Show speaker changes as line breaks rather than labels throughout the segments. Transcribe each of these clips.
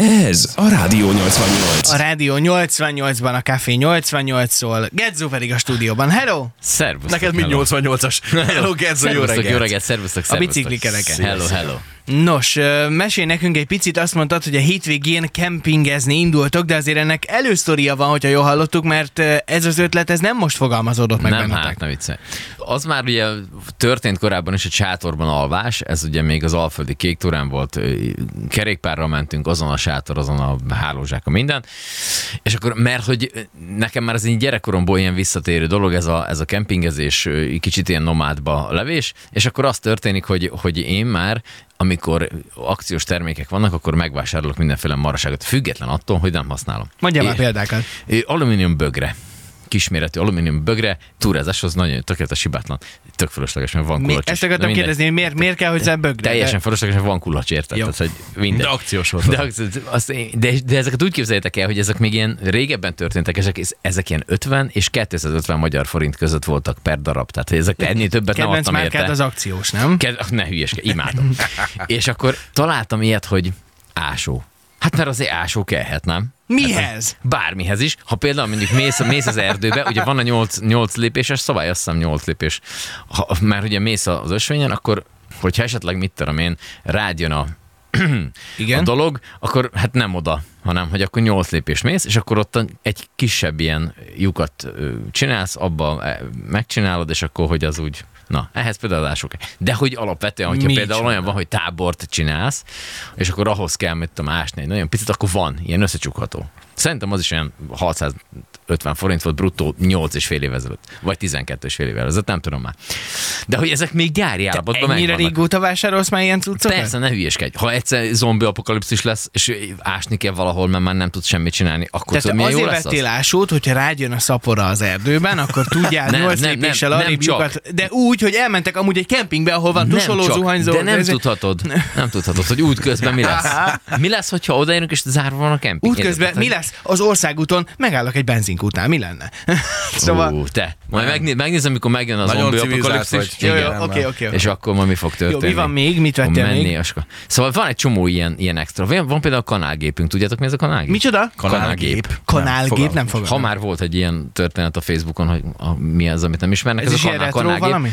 Ez a Rádió 88.
A Rádió 88-ban, a Café 88-szól, Gedzó pedig a stúdióban. Hello!
Szervusztok.
Neked mind
hello.
88-as. Hello, Gerzo, jó
Szervusztok, jó
reggelt.
reggelt, szervusztok,
A
szervusztok.
biciklikereket.
Hello, hello.
Nos, ö, mesélj nekünk egy picit, azt mondtad, hogy a hétvégén kempingezni indultok, de azért ennek elősztoria van, hogyha jól hallottuk, mert ö, ez az ötlet, ez nem most fogalmazódott meg
Nem,
bennetek.
hát, ne viccelj. Az már ugye történt korábban is egy sátorban alvás, ez ugye még az Alföldi Kék Turán volt, ö, kerékpárral mentünk, azon a sátor, azon a hálózsák, a minden. És akkor, mert hogy nekem már ez így gyerekkoromból ilyen visszatérő dolog, ez a, ez a kempingezés, ö, kicsit ilyen nomádba levés, és akkor az történik, hogy, hogy én már amikor akciós termékek vannak, akkor megvásárolok mindenféle maraságot, független attól, hogy nem használom.
Mondja
É-
már példákat.
Ö, Alumínium bögre kisméretű alumínium bögre, túrázáshoz nagyon tökéletes, hibátlan, tök fölösleges, mert van
Mi,
kulacs. is.
ezt
Na
akartam
mindegy.
kérdezni, hogy miért, miért kell, hogy zebbögre?
Teljesen fölösleges, mert van kulacs, érted?
Jó.
Tehát, hogy mindegy.
De akciós volt.
De, az- azt én- de, de, ezeket úgy képzeljétek el, hogy ezek még ilyen régebben történtek, ezek, ezek ilyen 50 és 250 magyar forint között voltak per darab, tehát hogy ezek ennél többet nem
Kedvenc
adtam
márkád
érte.
az akciós, nem?
Ked- ne hülyeskedj, imádom. és akkor találtam ilyet, hogy ásó. Hát mert azért ásó kellhet, nem? Hát
Mihez?
bármihez is. Ha például mondjuk mész, mész az erdőbe, ugye van a 8, 8 lépéses szabály, azt hiszem 8 lépés. Ha, már ugye mész az ösvényen, akkor hogyha esetleg mit tudom én, rád jön a, a
Igen.
dolog, akkor hát nem oda, hanem hogy akkor 8 lépés mész, és akkor ott egy kisebb ilyen lyukat ö, csinálsz, abba ö, megcsinálod, és akkor hogy az úgy Na, ehhez például az sok. De hogy alapvetően, hogyha
Nincs
például olyan van, hogy tábort csinálsz, és akkor ahhoz kell, mit tudom, ásni egy nagyon picit, akkor van ilyen összecsukható. Szerintem az is olyan 650 forint volt bruttó 8 és fél évvel ezelőtt, vagy 12 és fél évvel ezelőtt, nem tudom már. De hogy ezek még gyári állapotban
Ennyire
megvannak.
régóta vásárolsz már ilyen cuccokat?
Persze, ne hülyeskedj. Ha egyszer zombi apokalipszis lesz, és ásni kell valahol, mert már nem tudsz semmit csinálni, akkor
Tehát
tudod,
te
milyen jó
azért
lesz az?
vettél ásót, hogyha rájön a szapora az erdőben, akkor tudjál
Nem,
8
nem,
lépéssel
nem, nem
arrébb
csak.
lyukat, de úgy, hogy elmentek amúgy egy kempingbe, ahol van
Nem
tusoló,
csak,
zuhanyzó.
De nem
ez-
tudhatod, nem tudhatod, hogy útközben mi lesz. Mi lesz, hogyha odaérünk, és zárva van a kemping?
Útközben
Érted?
mi lesz? Az országúton megállok egy benzinkútnál, mi lenne? szóval,
Ú, te. Majd megné- megnézem, mikor megjön a
Nagyon
zombi
civilizált
apokalipszis.
vagy.
jó, jó,
igen,
oké,
már.
oké.
És akkor ma mi fog
Jó,
történni?
mi van még? Mit
Fog
vettél
menni,
még?
és akkor- Szóval van egy csomó ilyen, ilyen extra. Van, van például a kanálgépünk, tudjátok mi ez a kanálgép?
Micsoda?
Kanálgép.
Kanálgép, nem fogom.
Ha már volt egy ilyen történet a Facebookon, hogy a, mi az, amit nem ismernek,
Ez
ez,
is
a
ilyen
kanál,
retro
kanálgép.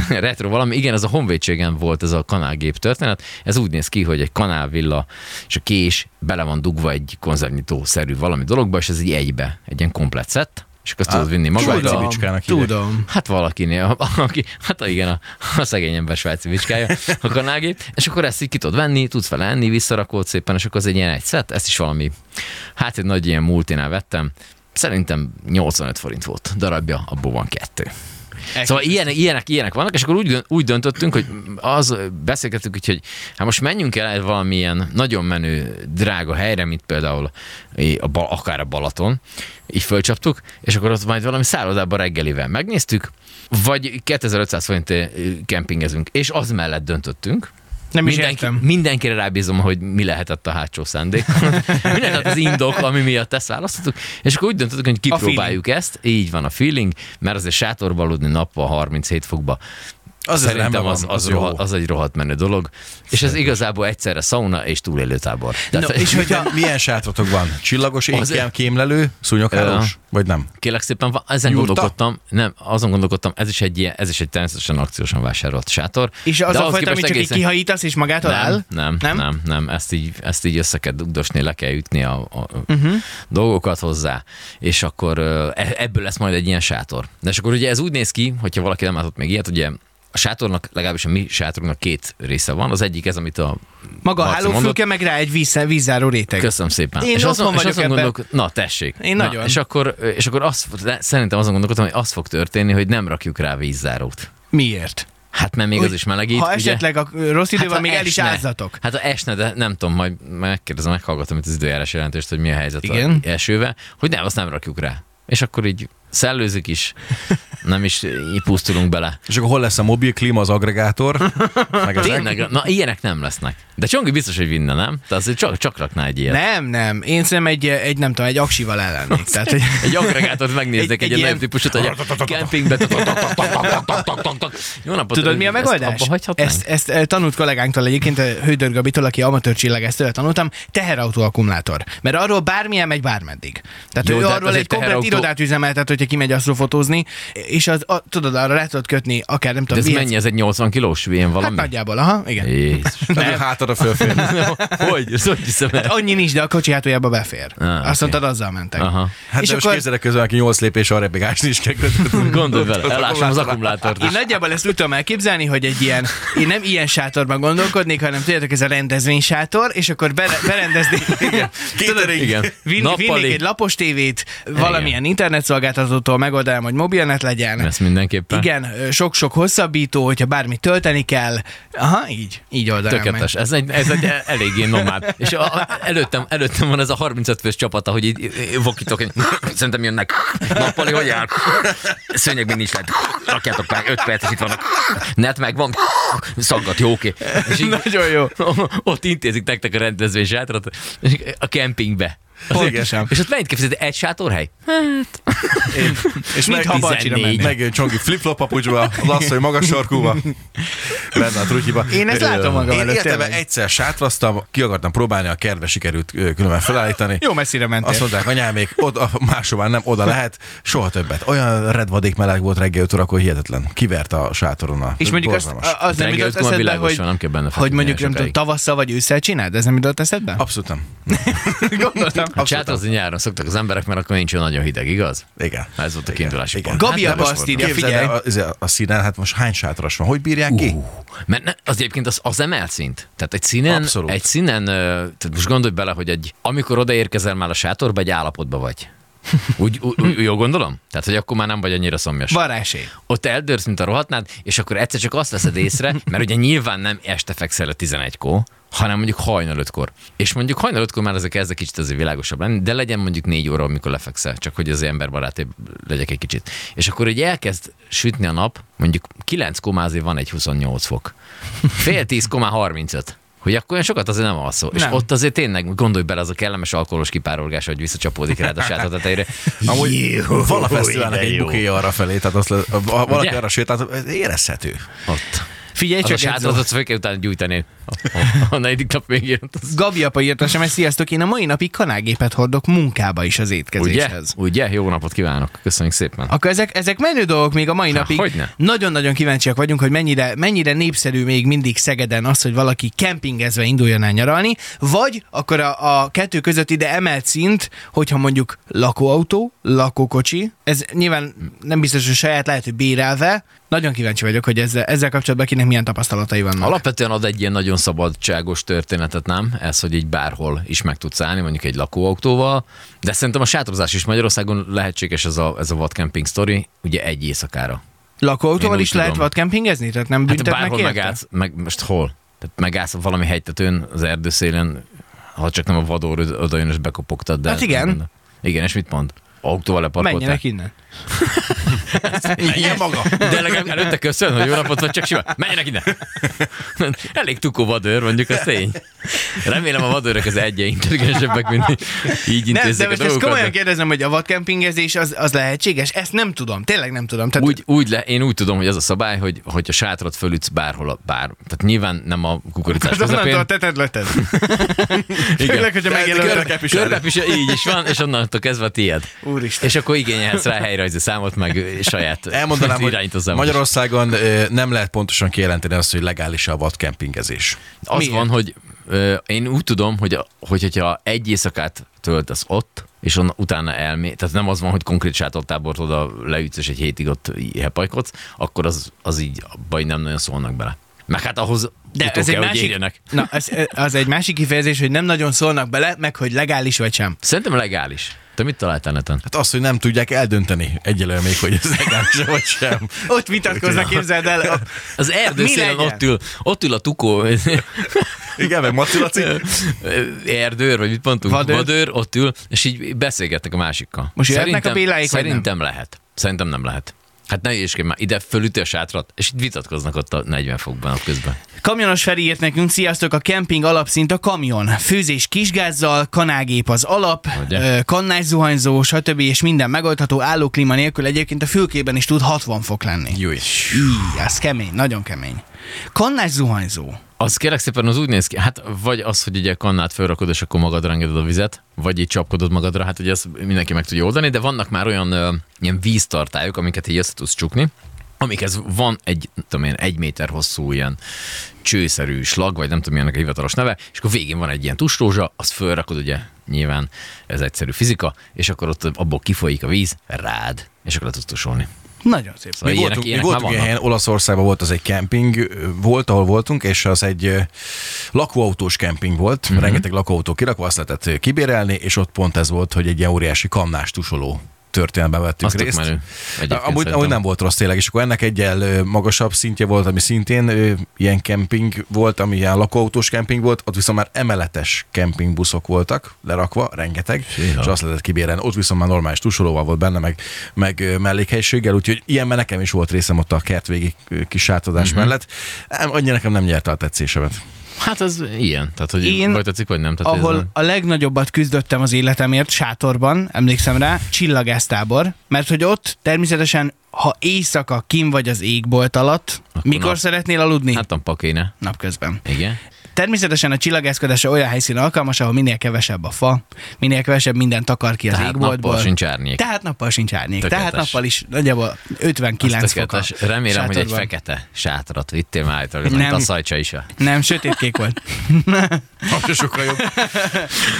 valami?
retro valami, igen, ez a honvédségen volt ez a kanálgép történet. Ez úgy néz ki, hogy egy kanálvilla és a kés bele van dugva egy konzervnyitó-szerű valami dologba, és ez így egybe, egy ilyen komplet szett, és akkor azt tudod vinni magad.
Svájci
Tudom,
bicskának hívják.
tudom.
Hát valakinél, aki, hát igen, a, a szegény ember svájci bicskája, a kanálgép, és akkor ezt így ki tudod venni, tudsz vele enni, visszarakod szépen, és akkor az egy ilyen egy szett, ezt is valami, hát egy nagy ilyen multinál vettem, szerintem 85 forint volt darabja, abból van kettő. Szóval ilyen, ilyenek, ilyenek vannak, és akkor úgy, dön- úgy döntöttünk, hogy az beszélgettük, úgy, hogy hát most menjünk el valamilyen nagyon menő, drága helyre, mint például a, Ba- akár a Balaton, így fölcsaptuk, és akkor ott majd valami szállodában reggelivel megnéztük, vagy 2500 forint kempingezünk, és az mellett döntöttünk,
Nem is
Mindenki,
értem.
mindenkire rábízom, hogy mi lehetett a hátsó szándék. mi lehetett az indok, ami miatt ezt választottuk. És akkor úgy döntöttük, hogy kipróbáljuk ezt. Így van a feeling, mert azért sátorba aludni nappal 37 fokba.
Az
Szerintem
rendben
az,
van,
az,
jó.
rohadt, az egy rohadt menő dolog. És ez igazából egyszerre szauna és túlélőtábor. Tehát,
No, és
no, és
hogy-
Milyen, milyen sátratok van? Csillagos,
Az-
énkem, kémlelő, szúnyoghálós? Vagy nem?
kérlek szépen, va- ezen
Jurta?
gondolkodtam, nem, azon gondolkodtam, ez is egy, ilyen, ez is egy természetesen akciósan vásárolt sátor.
És
De
az a
ahhoz
fajta,
képest
amit csak így
egészen-
kihajítasz, és magától áll?
Nem, nem,
Nem?
nem, nem, nem. Ezt, így, ezt így össze kell dugdosni, le kell ütni a, a
Mhm.
uh-huh. dolgokat hozzá, és akkor ö, e- ebből lesz majd egy ilyen sátor. De és akkor ugye ez úgy néz ki, hogyha valaki nem látott még ilyet, ugye a sátornak, legalábbis a mi sátorunknak két része van. Az egyik ez, amit a...
Maga a
Marci mondott.
hálófülke, meg rá egy víz, vízzáró réteg.
Köszönöm szépen.
Én otthon vagyok
azon
ebben.
gondolok, Na, tessék.
Én
na,
nagyon.
És akkor, és akkor azt, szerintem azon gondolkodtam, hogy az fog történni, hogy nem rakjuk rá vízzárót.
Miért?
Hát mert még
Hogy
az is melegít.
Ha
ugye? Hát,
esetleg a rossz időben
ha
még el is
esne.
ázzatok.
Hát ha esne, de nem tudom, majd megkérdezem, meghallgatom itt az időjárás jelentést, hogy mi a helyzet
Igen.
Igen. a esővel, hogy nem, azt nem rakjuk rá. És akkor így szellőzik is, nem is így pusztulunk bele.
És akkor hol lesz a mobil klíma, az agregátor? Meg ezek?
Tényleg, na ilyenek nem lesznek. De Csongi biztos, hogy vinne, nem? Tehát azért csak, csak rakná egy ilyet.
Nem, nem. Én szerintem egy, egy nem tudom, egy aksival ellennék. Tehát, hogy...
Egy agregátot megnéznek, egy,
Egy-
egy
egy
ilyen
ilyen-
típusot, egy a kempingbe. Jó napot,
Tudod, mi a megoldás?
Ezt abba
ezt,
ezt...
ezt, ezt tanult kollégánktól egyébként, a Hődör Gabitól, aki amatőr csillagász, tőle tanultam, teherautó akkumulátor. Mert arról bármilyen megy bármeddig. Tehát
Jó,
Jó, ő
de hát
arról
az
egy
egy
komplet
teherautó-
irodát üzemeltet, hogyha kimegy asztrofotózni, és az, a, tudod, arra le tudod kötni, akár nem
De
tudom,
ez
vihetsz-
mennyi? Ez egy 80 kilós vén
Hát
valami?
nagyjából, aha, igen.
Jézus.
Nem. Hátada fölfér.
Hogy? Ez hogy hiszem el?
Hát annyi nincs, de a kocsi hátuljába befér.
Ah,
Ah, Azt
oké.
mondtad, azzal mentek.
Aha.
Hát és de akkor...
és akkor
most képzelek közben, aki 8 lépés arra még ásni is kell közben.
Gondolj vele, elásom az akkumulátort.
én nagyjából ezt úgy tudom elképzelni, hogy egy ilyen, én nem ilyen sátorban gondolkodnék, hanem tudjátok, ez a rendezvény sátor, és akkor bere, berendezni,
Kéterék.
Igen.
Vin, vinnék
Nappali.
egy lapos tévét, valamilyen internetszolgáltatótól megoldanám, hogy mobilnet legyen.
Ezt mindenképpen.
Igen, ö, sok-sok hosszabbító, hogyha bármit tölteni kell. Aha, így, így oldanám meg.
Tökéletes. Ez egy, ez egy eléggé nomád. És a, a, előttem, előttem van ez a 35 fős csapata, hogy így így vokítok, hogy szerintem jönnek. Nappali, hogy áll? Szőnyeg még nincs lehet. Rakjátok meg 5 perc, és itt vannak. Net meg van. Szaggat, jó, oké. És így,
Nagyon jó.
ott intézik nektek a rendezvény sátrat, és a kempingbe.
Pontosan.
És ott mennyit kell fizetni? Egy sátorhely?
És
Mint
meg,
ha bacsira
meg,
mennél.
megjön Csongi flip-flop papucsba, lasszony magas sarkúba, benne a trutyiba.
Én ezt látom magam
Én
előtt,
életemben
tényleg.
egyszer sátraztam, ki akartam próbálni, a kertbe sikerült ö, különben felállítani.
Jó messzire mentél.
Azt mondták, anyám, még oda, máshova nem, oda lehet, soha többet. Olyan redvadék meleg volt reggel 5 órakor, hihetetlen. Kivert a sátoron a
És mondjuk azt,
borzalmas.
az nem
Reggel
jutott
ötkor már
eszedbe,
világos
hogy,
van, nem kell benne
hogy
feküdni
mondjuk
olyan
nem tudom,
sokáig.
tavasszal vagy ősszel csináld? Ez nem jutott eszedbe?
Abszolút nem.
Gondoltam.
Hát sátrazni nyáron szoktak az emberek, mert akkor nincs olyan nagyon hideg, igaz?
Igen.
Ez volt a
Igen.
kiindulási
Igen.
pont.
Gabi
Hát
abba
nem is
azt
volt
írja,
rossz.
Képzeld el, a,
figyelj.
a- a színen, hát most hány sátras van? Hogy bírják ki?
Mert ne, az egyébként az, az emelt szint. Tehát egy színen,
Abszolút.
egy színen, ö, tehát most gondolj bele, hogy egy, amikor odaérkezel már a sátorba, egy állapotba vagy. Úgy, úgy, úgy, jól gondolom? Tehát, hogy akkor már nem vagy annyira szomjas.
Van rá esély.
Ott eldörsz, mint a rohatnád, és akkor egyszer csak azt veszed észre, mert ugye nyilván nem este fekszel a 11-kor, hanem mondjuk hajnal 5-kor. És mondjuk hajnal 5-kor már ezek kezdek kicsit azért világosabb lenni, de legyen mondjuk 4 óra, amikor lefekszel, csak hogy az emberbarátébb legyek egy kicsit. És akkor ugye elkezd sütni a nap, mondjuk 9-kor már azért van egy 28 fok. Fél 10-kor már 35 hogy akkor olyan sokat azért nem alszol. És
Nem.
ott azért tényleg gondolj bele az a kellemes alkoholos kipárolgás, hogy visszacsapódik rád a sátrateteire.
Amúgy van a fesztiválnak egy bukéja arra felé, tehát azt, le- ha valaki
Ugye?
arra sétált, ez érezhető.
Ott.
Figyelj
Az a
csak, Genzó.
sátratot fel kell utána gyújtani. A, a negyedik nap végén. Az...
Gabi apa írta sem, sziasztok, én a mai napig kanálgépet hordok munkába is az
Ugye?
étkezéshez.
Ugye? Jó napot kívánok. Köszönjük szépen.
Akkor ezek, ezek menő dolgok még a mai
Há,
napig.
hogyne.
Nagyon-nagyon kíváncsiak vagyunk, hogy mennyire, mennyire népszerű még mindig Szegeden az, hogy valaki kempingezve induljon el nyaralni, vagy akkor a, a kettő között ide emelt szint, hogyha mondjuk lakóautó, lakókocsi, ez nyilván nem biztos, hogy saját, lehet, hogy bérelve. Nagyon kíváncsi vagyok, hogy ezzel, ezzel kapcsolatban kinek milyen tapasztalatai vannak.
Alapvetően ad egy ilyen nagyon szabadságos történetet, nem? Ez, hogy így bárhol is meg tudsz állni, mondjuk egy lakóautóval, de szerintem a sátrozás is Magyarországon lehetséges ez a, ez a vadcamping sztori, ugye egy éjszakára. Én
Lakóautóval
úgy
is lehet
tudom.
vadkempingezni? Tehát nem
Hát te
büntetnek
bárhol
érte?
megállsz, meg most hol? Tehát megállsz valami hegytetőn, az erdőszélen, ha csak nem a vadór oda jön és bekopogtad. De
Hát igen.
Igen, és mit mond? Autóval leparkoltál?
Menjenek innen.
Ilyen maga.
De legalább előtte köszön, hogy jó napot vagy, csak simán. Menjenek ide! Elég tukó vadőr, mondjuk a tény. Remélem a vadőrök az egyre intelligensebbek, mint így
Nem, de
intézzék
most
a
ezt komolyan
dolgokat. de
kérdezem, hogy a vadkempingezés az, az lehetséges? Ezt nem tudom, tényleg nem tudom. Tehát
Úgy, úgy le, én úgy tudom, hogy az a szabály, hogy, hogy a sátrat fölütsz bárhol, a, bár. Tehát nyilván nem a kukoricás
az onnantól
közepén.
teted löted. Főleg, hogyha megjelöltek.
Körbe pisel, így is van, és onnantól kezdve a tiéd.
Úristen.
És akkor igényelhetsz rá helyrajzi számot, meg saját
Elmondanám, hogy
irányító számot.
Magyarországon ö, nem lehet pontosan kijelenteni azt, hogy legális a vadkempingezés.
Az
Miért?
van, hogy ö, én úgy tudom, hogy, a- hogy hogyha egy éjszakát töltesz ott, és on, utána elmé, tehát nem az van, hogy konkrét sátortábort oda leütsz, és egy hétig ott í- hepajkodsz, akkor az, az így baj nem nagyon szólnak bele. Meg hát ahhoz
De ez egy
kell, hogy
másik,
érjenek.
na, ez, az egy másik kifejezés, hogy nem nagyon szólnak bele, meg hogy legális vagy sem.
Szerintem legális. Te mit találtál neten?
Hát azt, hogy nem tudják eldönteni egyelőre még, hogy ez legális vagy sem.
Ott vitatkoznak, képzeld el. A-
Az erdő
Mi
szélen
legyen?
ott ül, ott ül a tukó
Igen, meg Maci Laci.
erdőr, vagy mit mondtunk, vadőr.
Vadőr.
vadőr, ott ül, és így beszélgetnek a másikkal.
Most jöhetnek a Béláék, vagy nem?
Szerintem lehet. Szerintem nem lehet. Hát ne jöjjél már ide fölüti a sátrat, és itt vitatkoznak ott a 40 fokban a közben.
Kamionos Feri írt nekünk, sziasztok, a kemping alapszint a kamion. Főzés kisgázzal, kanágép az alap,
Ugye?
ö, kannás zuhanyzó, stb. és minden megoldható állóklíma nélkül egyébként a fülkében is tud 60 fok lenni.
Jó is.
Í, ez kemény, nagyon kemény. Kannás zuhanyzó.
Az kérlek szépen az úgy néz ki, hát vagy az, hogy ugye kannát felrakod, és akkor magadra engeded a vizet, vagy így csapkodod magadra, hát ugye ezt mindenki meg tudja oldani, de vannak már olyan ö, ilyen víztartályok, amiket így össze tudsz csukni, amikhez van egy, nem tudom én, egy méter hosszú ilyen csőszerű slag, vagy nem tudom, mi ennek a hivatalos neve, és akkor végén van egy ilyen tusrózsa, azt fölrakod, ugye nyilván ez egyszerű fizika, és akkor ott abból kifolyik a víz rád, és akkor le tudsz tusolni.
Nagyon szép.
Szóval
Mi
ilyenek,
voltunk,
ilyenek
mi
már
voltunk ilyen
vannak.
helyen, Olaszországban volt az egy kemping, ö, volt, ahol voltunk, és az egy ö, lakóautós kemping volt,
Mhm.
mm-hmm. rengeteg lakóautó kirakva, azt lehetett ö, kibérelni, és ott pont ez volt, hogy egy ilyen óriási kamnás tusoló történetben vettük
Azt tök
részt.
menő. Egyébként
Amúgy, amúgy
szerintem.
nem volt rossz tényleg, és akkor ennek egyel ö, magasabb szintje volt, ami szintén ö, ilyen kemping volt, ami ilyen lakóautós kemping volt, ott viszont már emeletes kempingbuszok voltak lerakva, rengeteg,
Jéha.
és azt lehetett kibérelni. Ott viszont már normális tusolóval volt benne, meg, meg ö, mellékhelyiséggel, úgyhogy ilyenben nekem is volt részem ott a kert végig ö, kis sátradás uh-huh. mellett. Nem, annyira nekem nem nyerte a tetszésemet.
Hát az ilyen, tehát hogy
Én-
Én, vagy tetszik, vagy nem. Tehát ez
ahol
nem-
a legnagyobbat küzdöttem az életemért sátorban, emlékszem rá, csillagásztábor, mert hogy ott természetesen, ha éjszaka kim vagy az égbolt alatt, Akkor mikor
nap.
szeretnél aludni?
Hát tampa kéne.
Napközben.
Igen.
Természetesen a csillagászkodásra olyan helyszín alkalmas, ahol minél kevesebb a fa, minél kevesebb minden takar ki az
Tehát
égboltból.
nappal sincs árnyék.
Tehát nappal sincs árnyék.
Tökéletes.
Tehát nappal is nagyjából 59 fok. a
Tökéletes. Remélem, hogy egy
sátorban.
fekete sátrat vittél már állítólag, nem.
Nem.
a szajcsa is. a-
Nem, sötétkék volt.
Az se sokkal jobb.
Igen.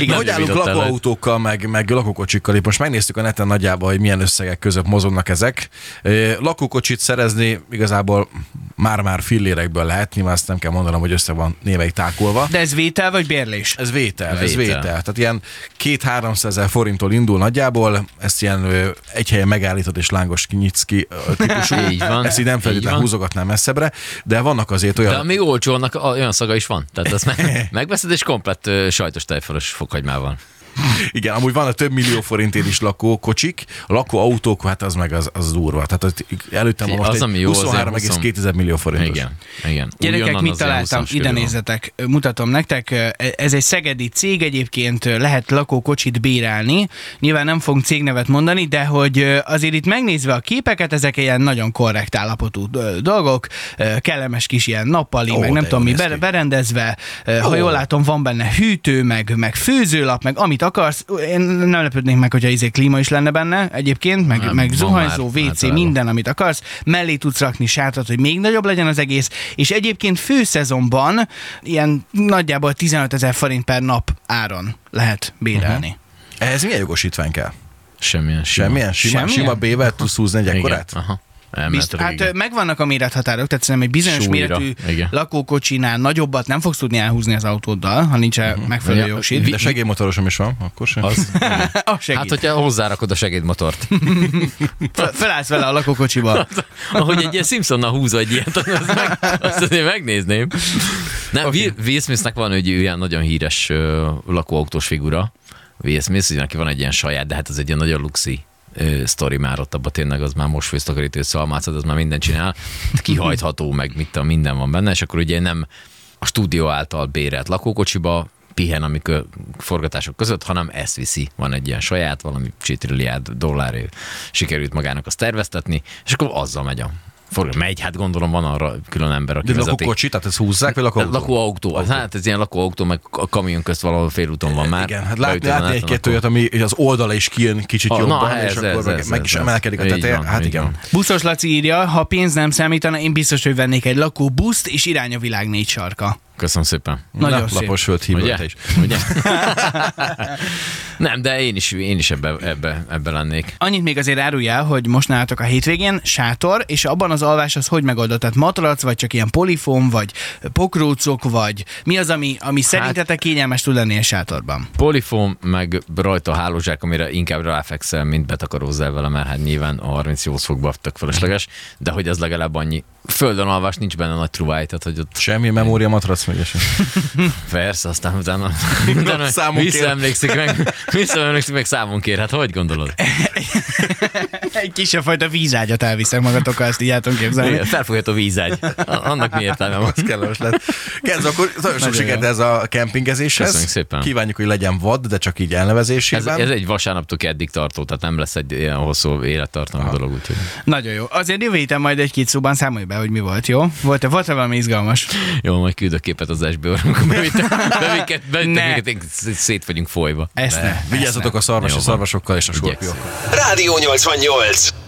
Igen, hogy állunk
Javítottál
lakóautókkal, meg, meg lakókocsikkal? Itt most megnéztük a neten nagyjából, hogy milyen összegek között mozognak ezek. Ö, Lakókocsit szerezni igazából már-már fillérekből lehet, nyilván azt nem kell mondanom, hogy össze van némelyik tákolva.
De ez vétel vagy bérlés?
Ez vétel, ez
Vétel.
vétel. Tehát ilyen két-háromszáz ezer forinttól indul nagyjából, ezt ilyen ö, egy helyen megállítod és lángos kinyitsz ki ö, típusú.
Így van,
Ezt így nem
így
feltétlenül
van.
húzogatnám messzebbre, de vannak azért olyan...
De még olcsó, annak a- olyan szaga is van. Tehát ezt meg, megveszed, és komplett ö, sajtos tejfölös fokhagymával.
Igen, amúgy van a több millió forintért is lakókocsik, a lakóautók, hát az meg az, az durva. Tehát ott előttem van
Fi,
most
az,
egy
ami jó, azért
23,2 millió forintos.
Igen. Igen.
Gyerekek,
Újonnan
mit
az ilyen
találtam?
20-as
Ide
körül van.
nézzetek, Ö, mutatom nektek. Ö, e, Ez egy szegedi cég, egyébként ö, lehet lakókocsit bérelni. Nyilván nem fogunk cégnevet mondani, de hogy ö, azért itt megnézve a képeket, ezek ilyen nagyon korrekt állapotú ö, dolgok, Ö, kellemes kis ilyen nappali,
Ó,
meg nem
de
tudom
jól
mi,
néz
ber-
ki.
berendezve. Ö, Ha
Ó.
jól látom, van benne hűtő, meg, meg főzőlap, meg amit akarsz. Ö, Én nem lepődnék meg, hogyha izé klíma is lenne benne egyébként, meg,
Nem,
meg
van
zuhanyzó,
már
WC,
általában.
minden, amit akarsz, mellé tudsz rakni sátrat, hogy még nagyobb legyen az egész, és egyébként főszezonban ilyen nagyjából 15 ezer forint per nap áron lehet bérelni.
Mhm.
Uh-huh.
Ehhez milyen jogosítvány kell?
Semmilyen. sima.
Semmilyen? Sima,
Semmilyen?
sima B-vel tudsz húzni egy
Igen.
ekkorát?
Aha.
Bizt,
Elmeheted
hát
végig.
ö, megvannak a mérethatárok, tehát szerintem egy bizonyos
Súlyra,
méretű
igen.
lakókocsinál nagyobbat nem fogsz tudni elhúzni az autóddal, ha nincs uh-huh. megfelelő
Mhm. Ja,
jogosít.
De segédmotorosom is van, akkor sem.
Az,
Ah, segít.
hát,
Hát, hogy...
hogyha hozzárakod a segédmotort.
Felállsz vele a lakókocsiba.
Hát. Ahogy egy ilyen Simpsonnal húz egy ilyet, az meg, azt azért megnézném. Nem, okay. Will Smithnek van egy ilyen nagyon híres ö, lakóautós figura, Will Smith, ugye neki van egy ilyen saját, de hát ez egy ilyen nagyon luxi ö, sztori már ott abban tényleg az már most főztakarítő szalmácad, az már minden csinál, kihajtható, meg mit tudom, minden van benne, és akkor ugye nem a stúdió által bérelt lakókocsiba pihen, amikor forgatások között, hanem ezt viszi. Van egy ilyen saját, valami csitriliárd dollárért sikerült magának azt terveztetni, és akkor azzal megy a forgat. Megy, hát gondolom van arra külön ember, aki
De
vezeti.
lakókocsi, tehát ezt húzzák, vagy lakóautó?
Lakóautó. Az, hát ez ilyen lakóautó, meg a kamion közt valahol félúton van már.
Igen, hát
Beütöm
látni,
a
látni
láton,
egy-két olyat, ami így az oldala is kijön kicsit
Ah, na,
jobban,
ez,
és
ez,
akkor meg,
ez,
meg
ez,
is
ez.
emelkedik a
Így
teteje.
van,
Hát
így
igen.
van.
Buszos Laci írja, ha pénz nem számítana, én biztos, hogy vennék egy lakó buszt, és irány a világ négy sarka.
akkor- Köszönöm szépen.
Nagyon
Na,
szép.
lapos föld hívott
Ugye?
is.
Ugye? Nem, de én is, én is ebbe, ebbe, ebbe lennék.
Annyit még azért áruljál, hogy most nálatok a hétvégén sátor, és abban az alvás az hogy megoldott? Tehát matrac, vagy csak ilyen polifon, vagy pokrócok, vagy mi az, ami, ami szerintetek kényelmes tud lenni a sátorban?
Polifón, meg rajta a hálózsák, amire inkább ráfekszel, mint betakarózzál vele, mert hát nyilván a 38 fokba tök fölösleges, de hogy az legalább annyi Földön alvás nincs benne nagy truváj, tehát hogy ott
Semmi memória matrac még sem.
persze, aztán utána, utána
Számon kér.
visszaemlékszik meg, visszaemlékszik meg számon kér, hát hogy gondolod?
Egy kisebb fajta vízágyat elviszek magatokkal, ezt így el tudom képzelni.
Igen, Felfogható vízágy. Annak mi értelme van?
Ez kellemes lett. Kezd, akkor nagyon sok sikert ez a kempingezéshez.
Köszönjük szépen.
Kívánjuk, hogy legyen vad, de csak így
Ez,
elnevezésében.
ez egy vasárnaptól keddig tartó, tehát nem lesz egy ilyen hosszú élettartalmú dolog, úgyhogy.
Nagyon jó. Azért jövő héten majd egy-két szóban számolj be, hogy mi volt, jó? Volt-e, volt-e valami izgalmas?
Jó, majd küldök képet az esből, amikor bevitek, bevitek,
Ne.
bevitek, minket, szét vagyunk folyva.
Ezt ne.
Vigyázzatok a szarvas
Jó
a
van.
szarvasokkal és a
Igyekszem.
skorpiókkal.
Rádió 88.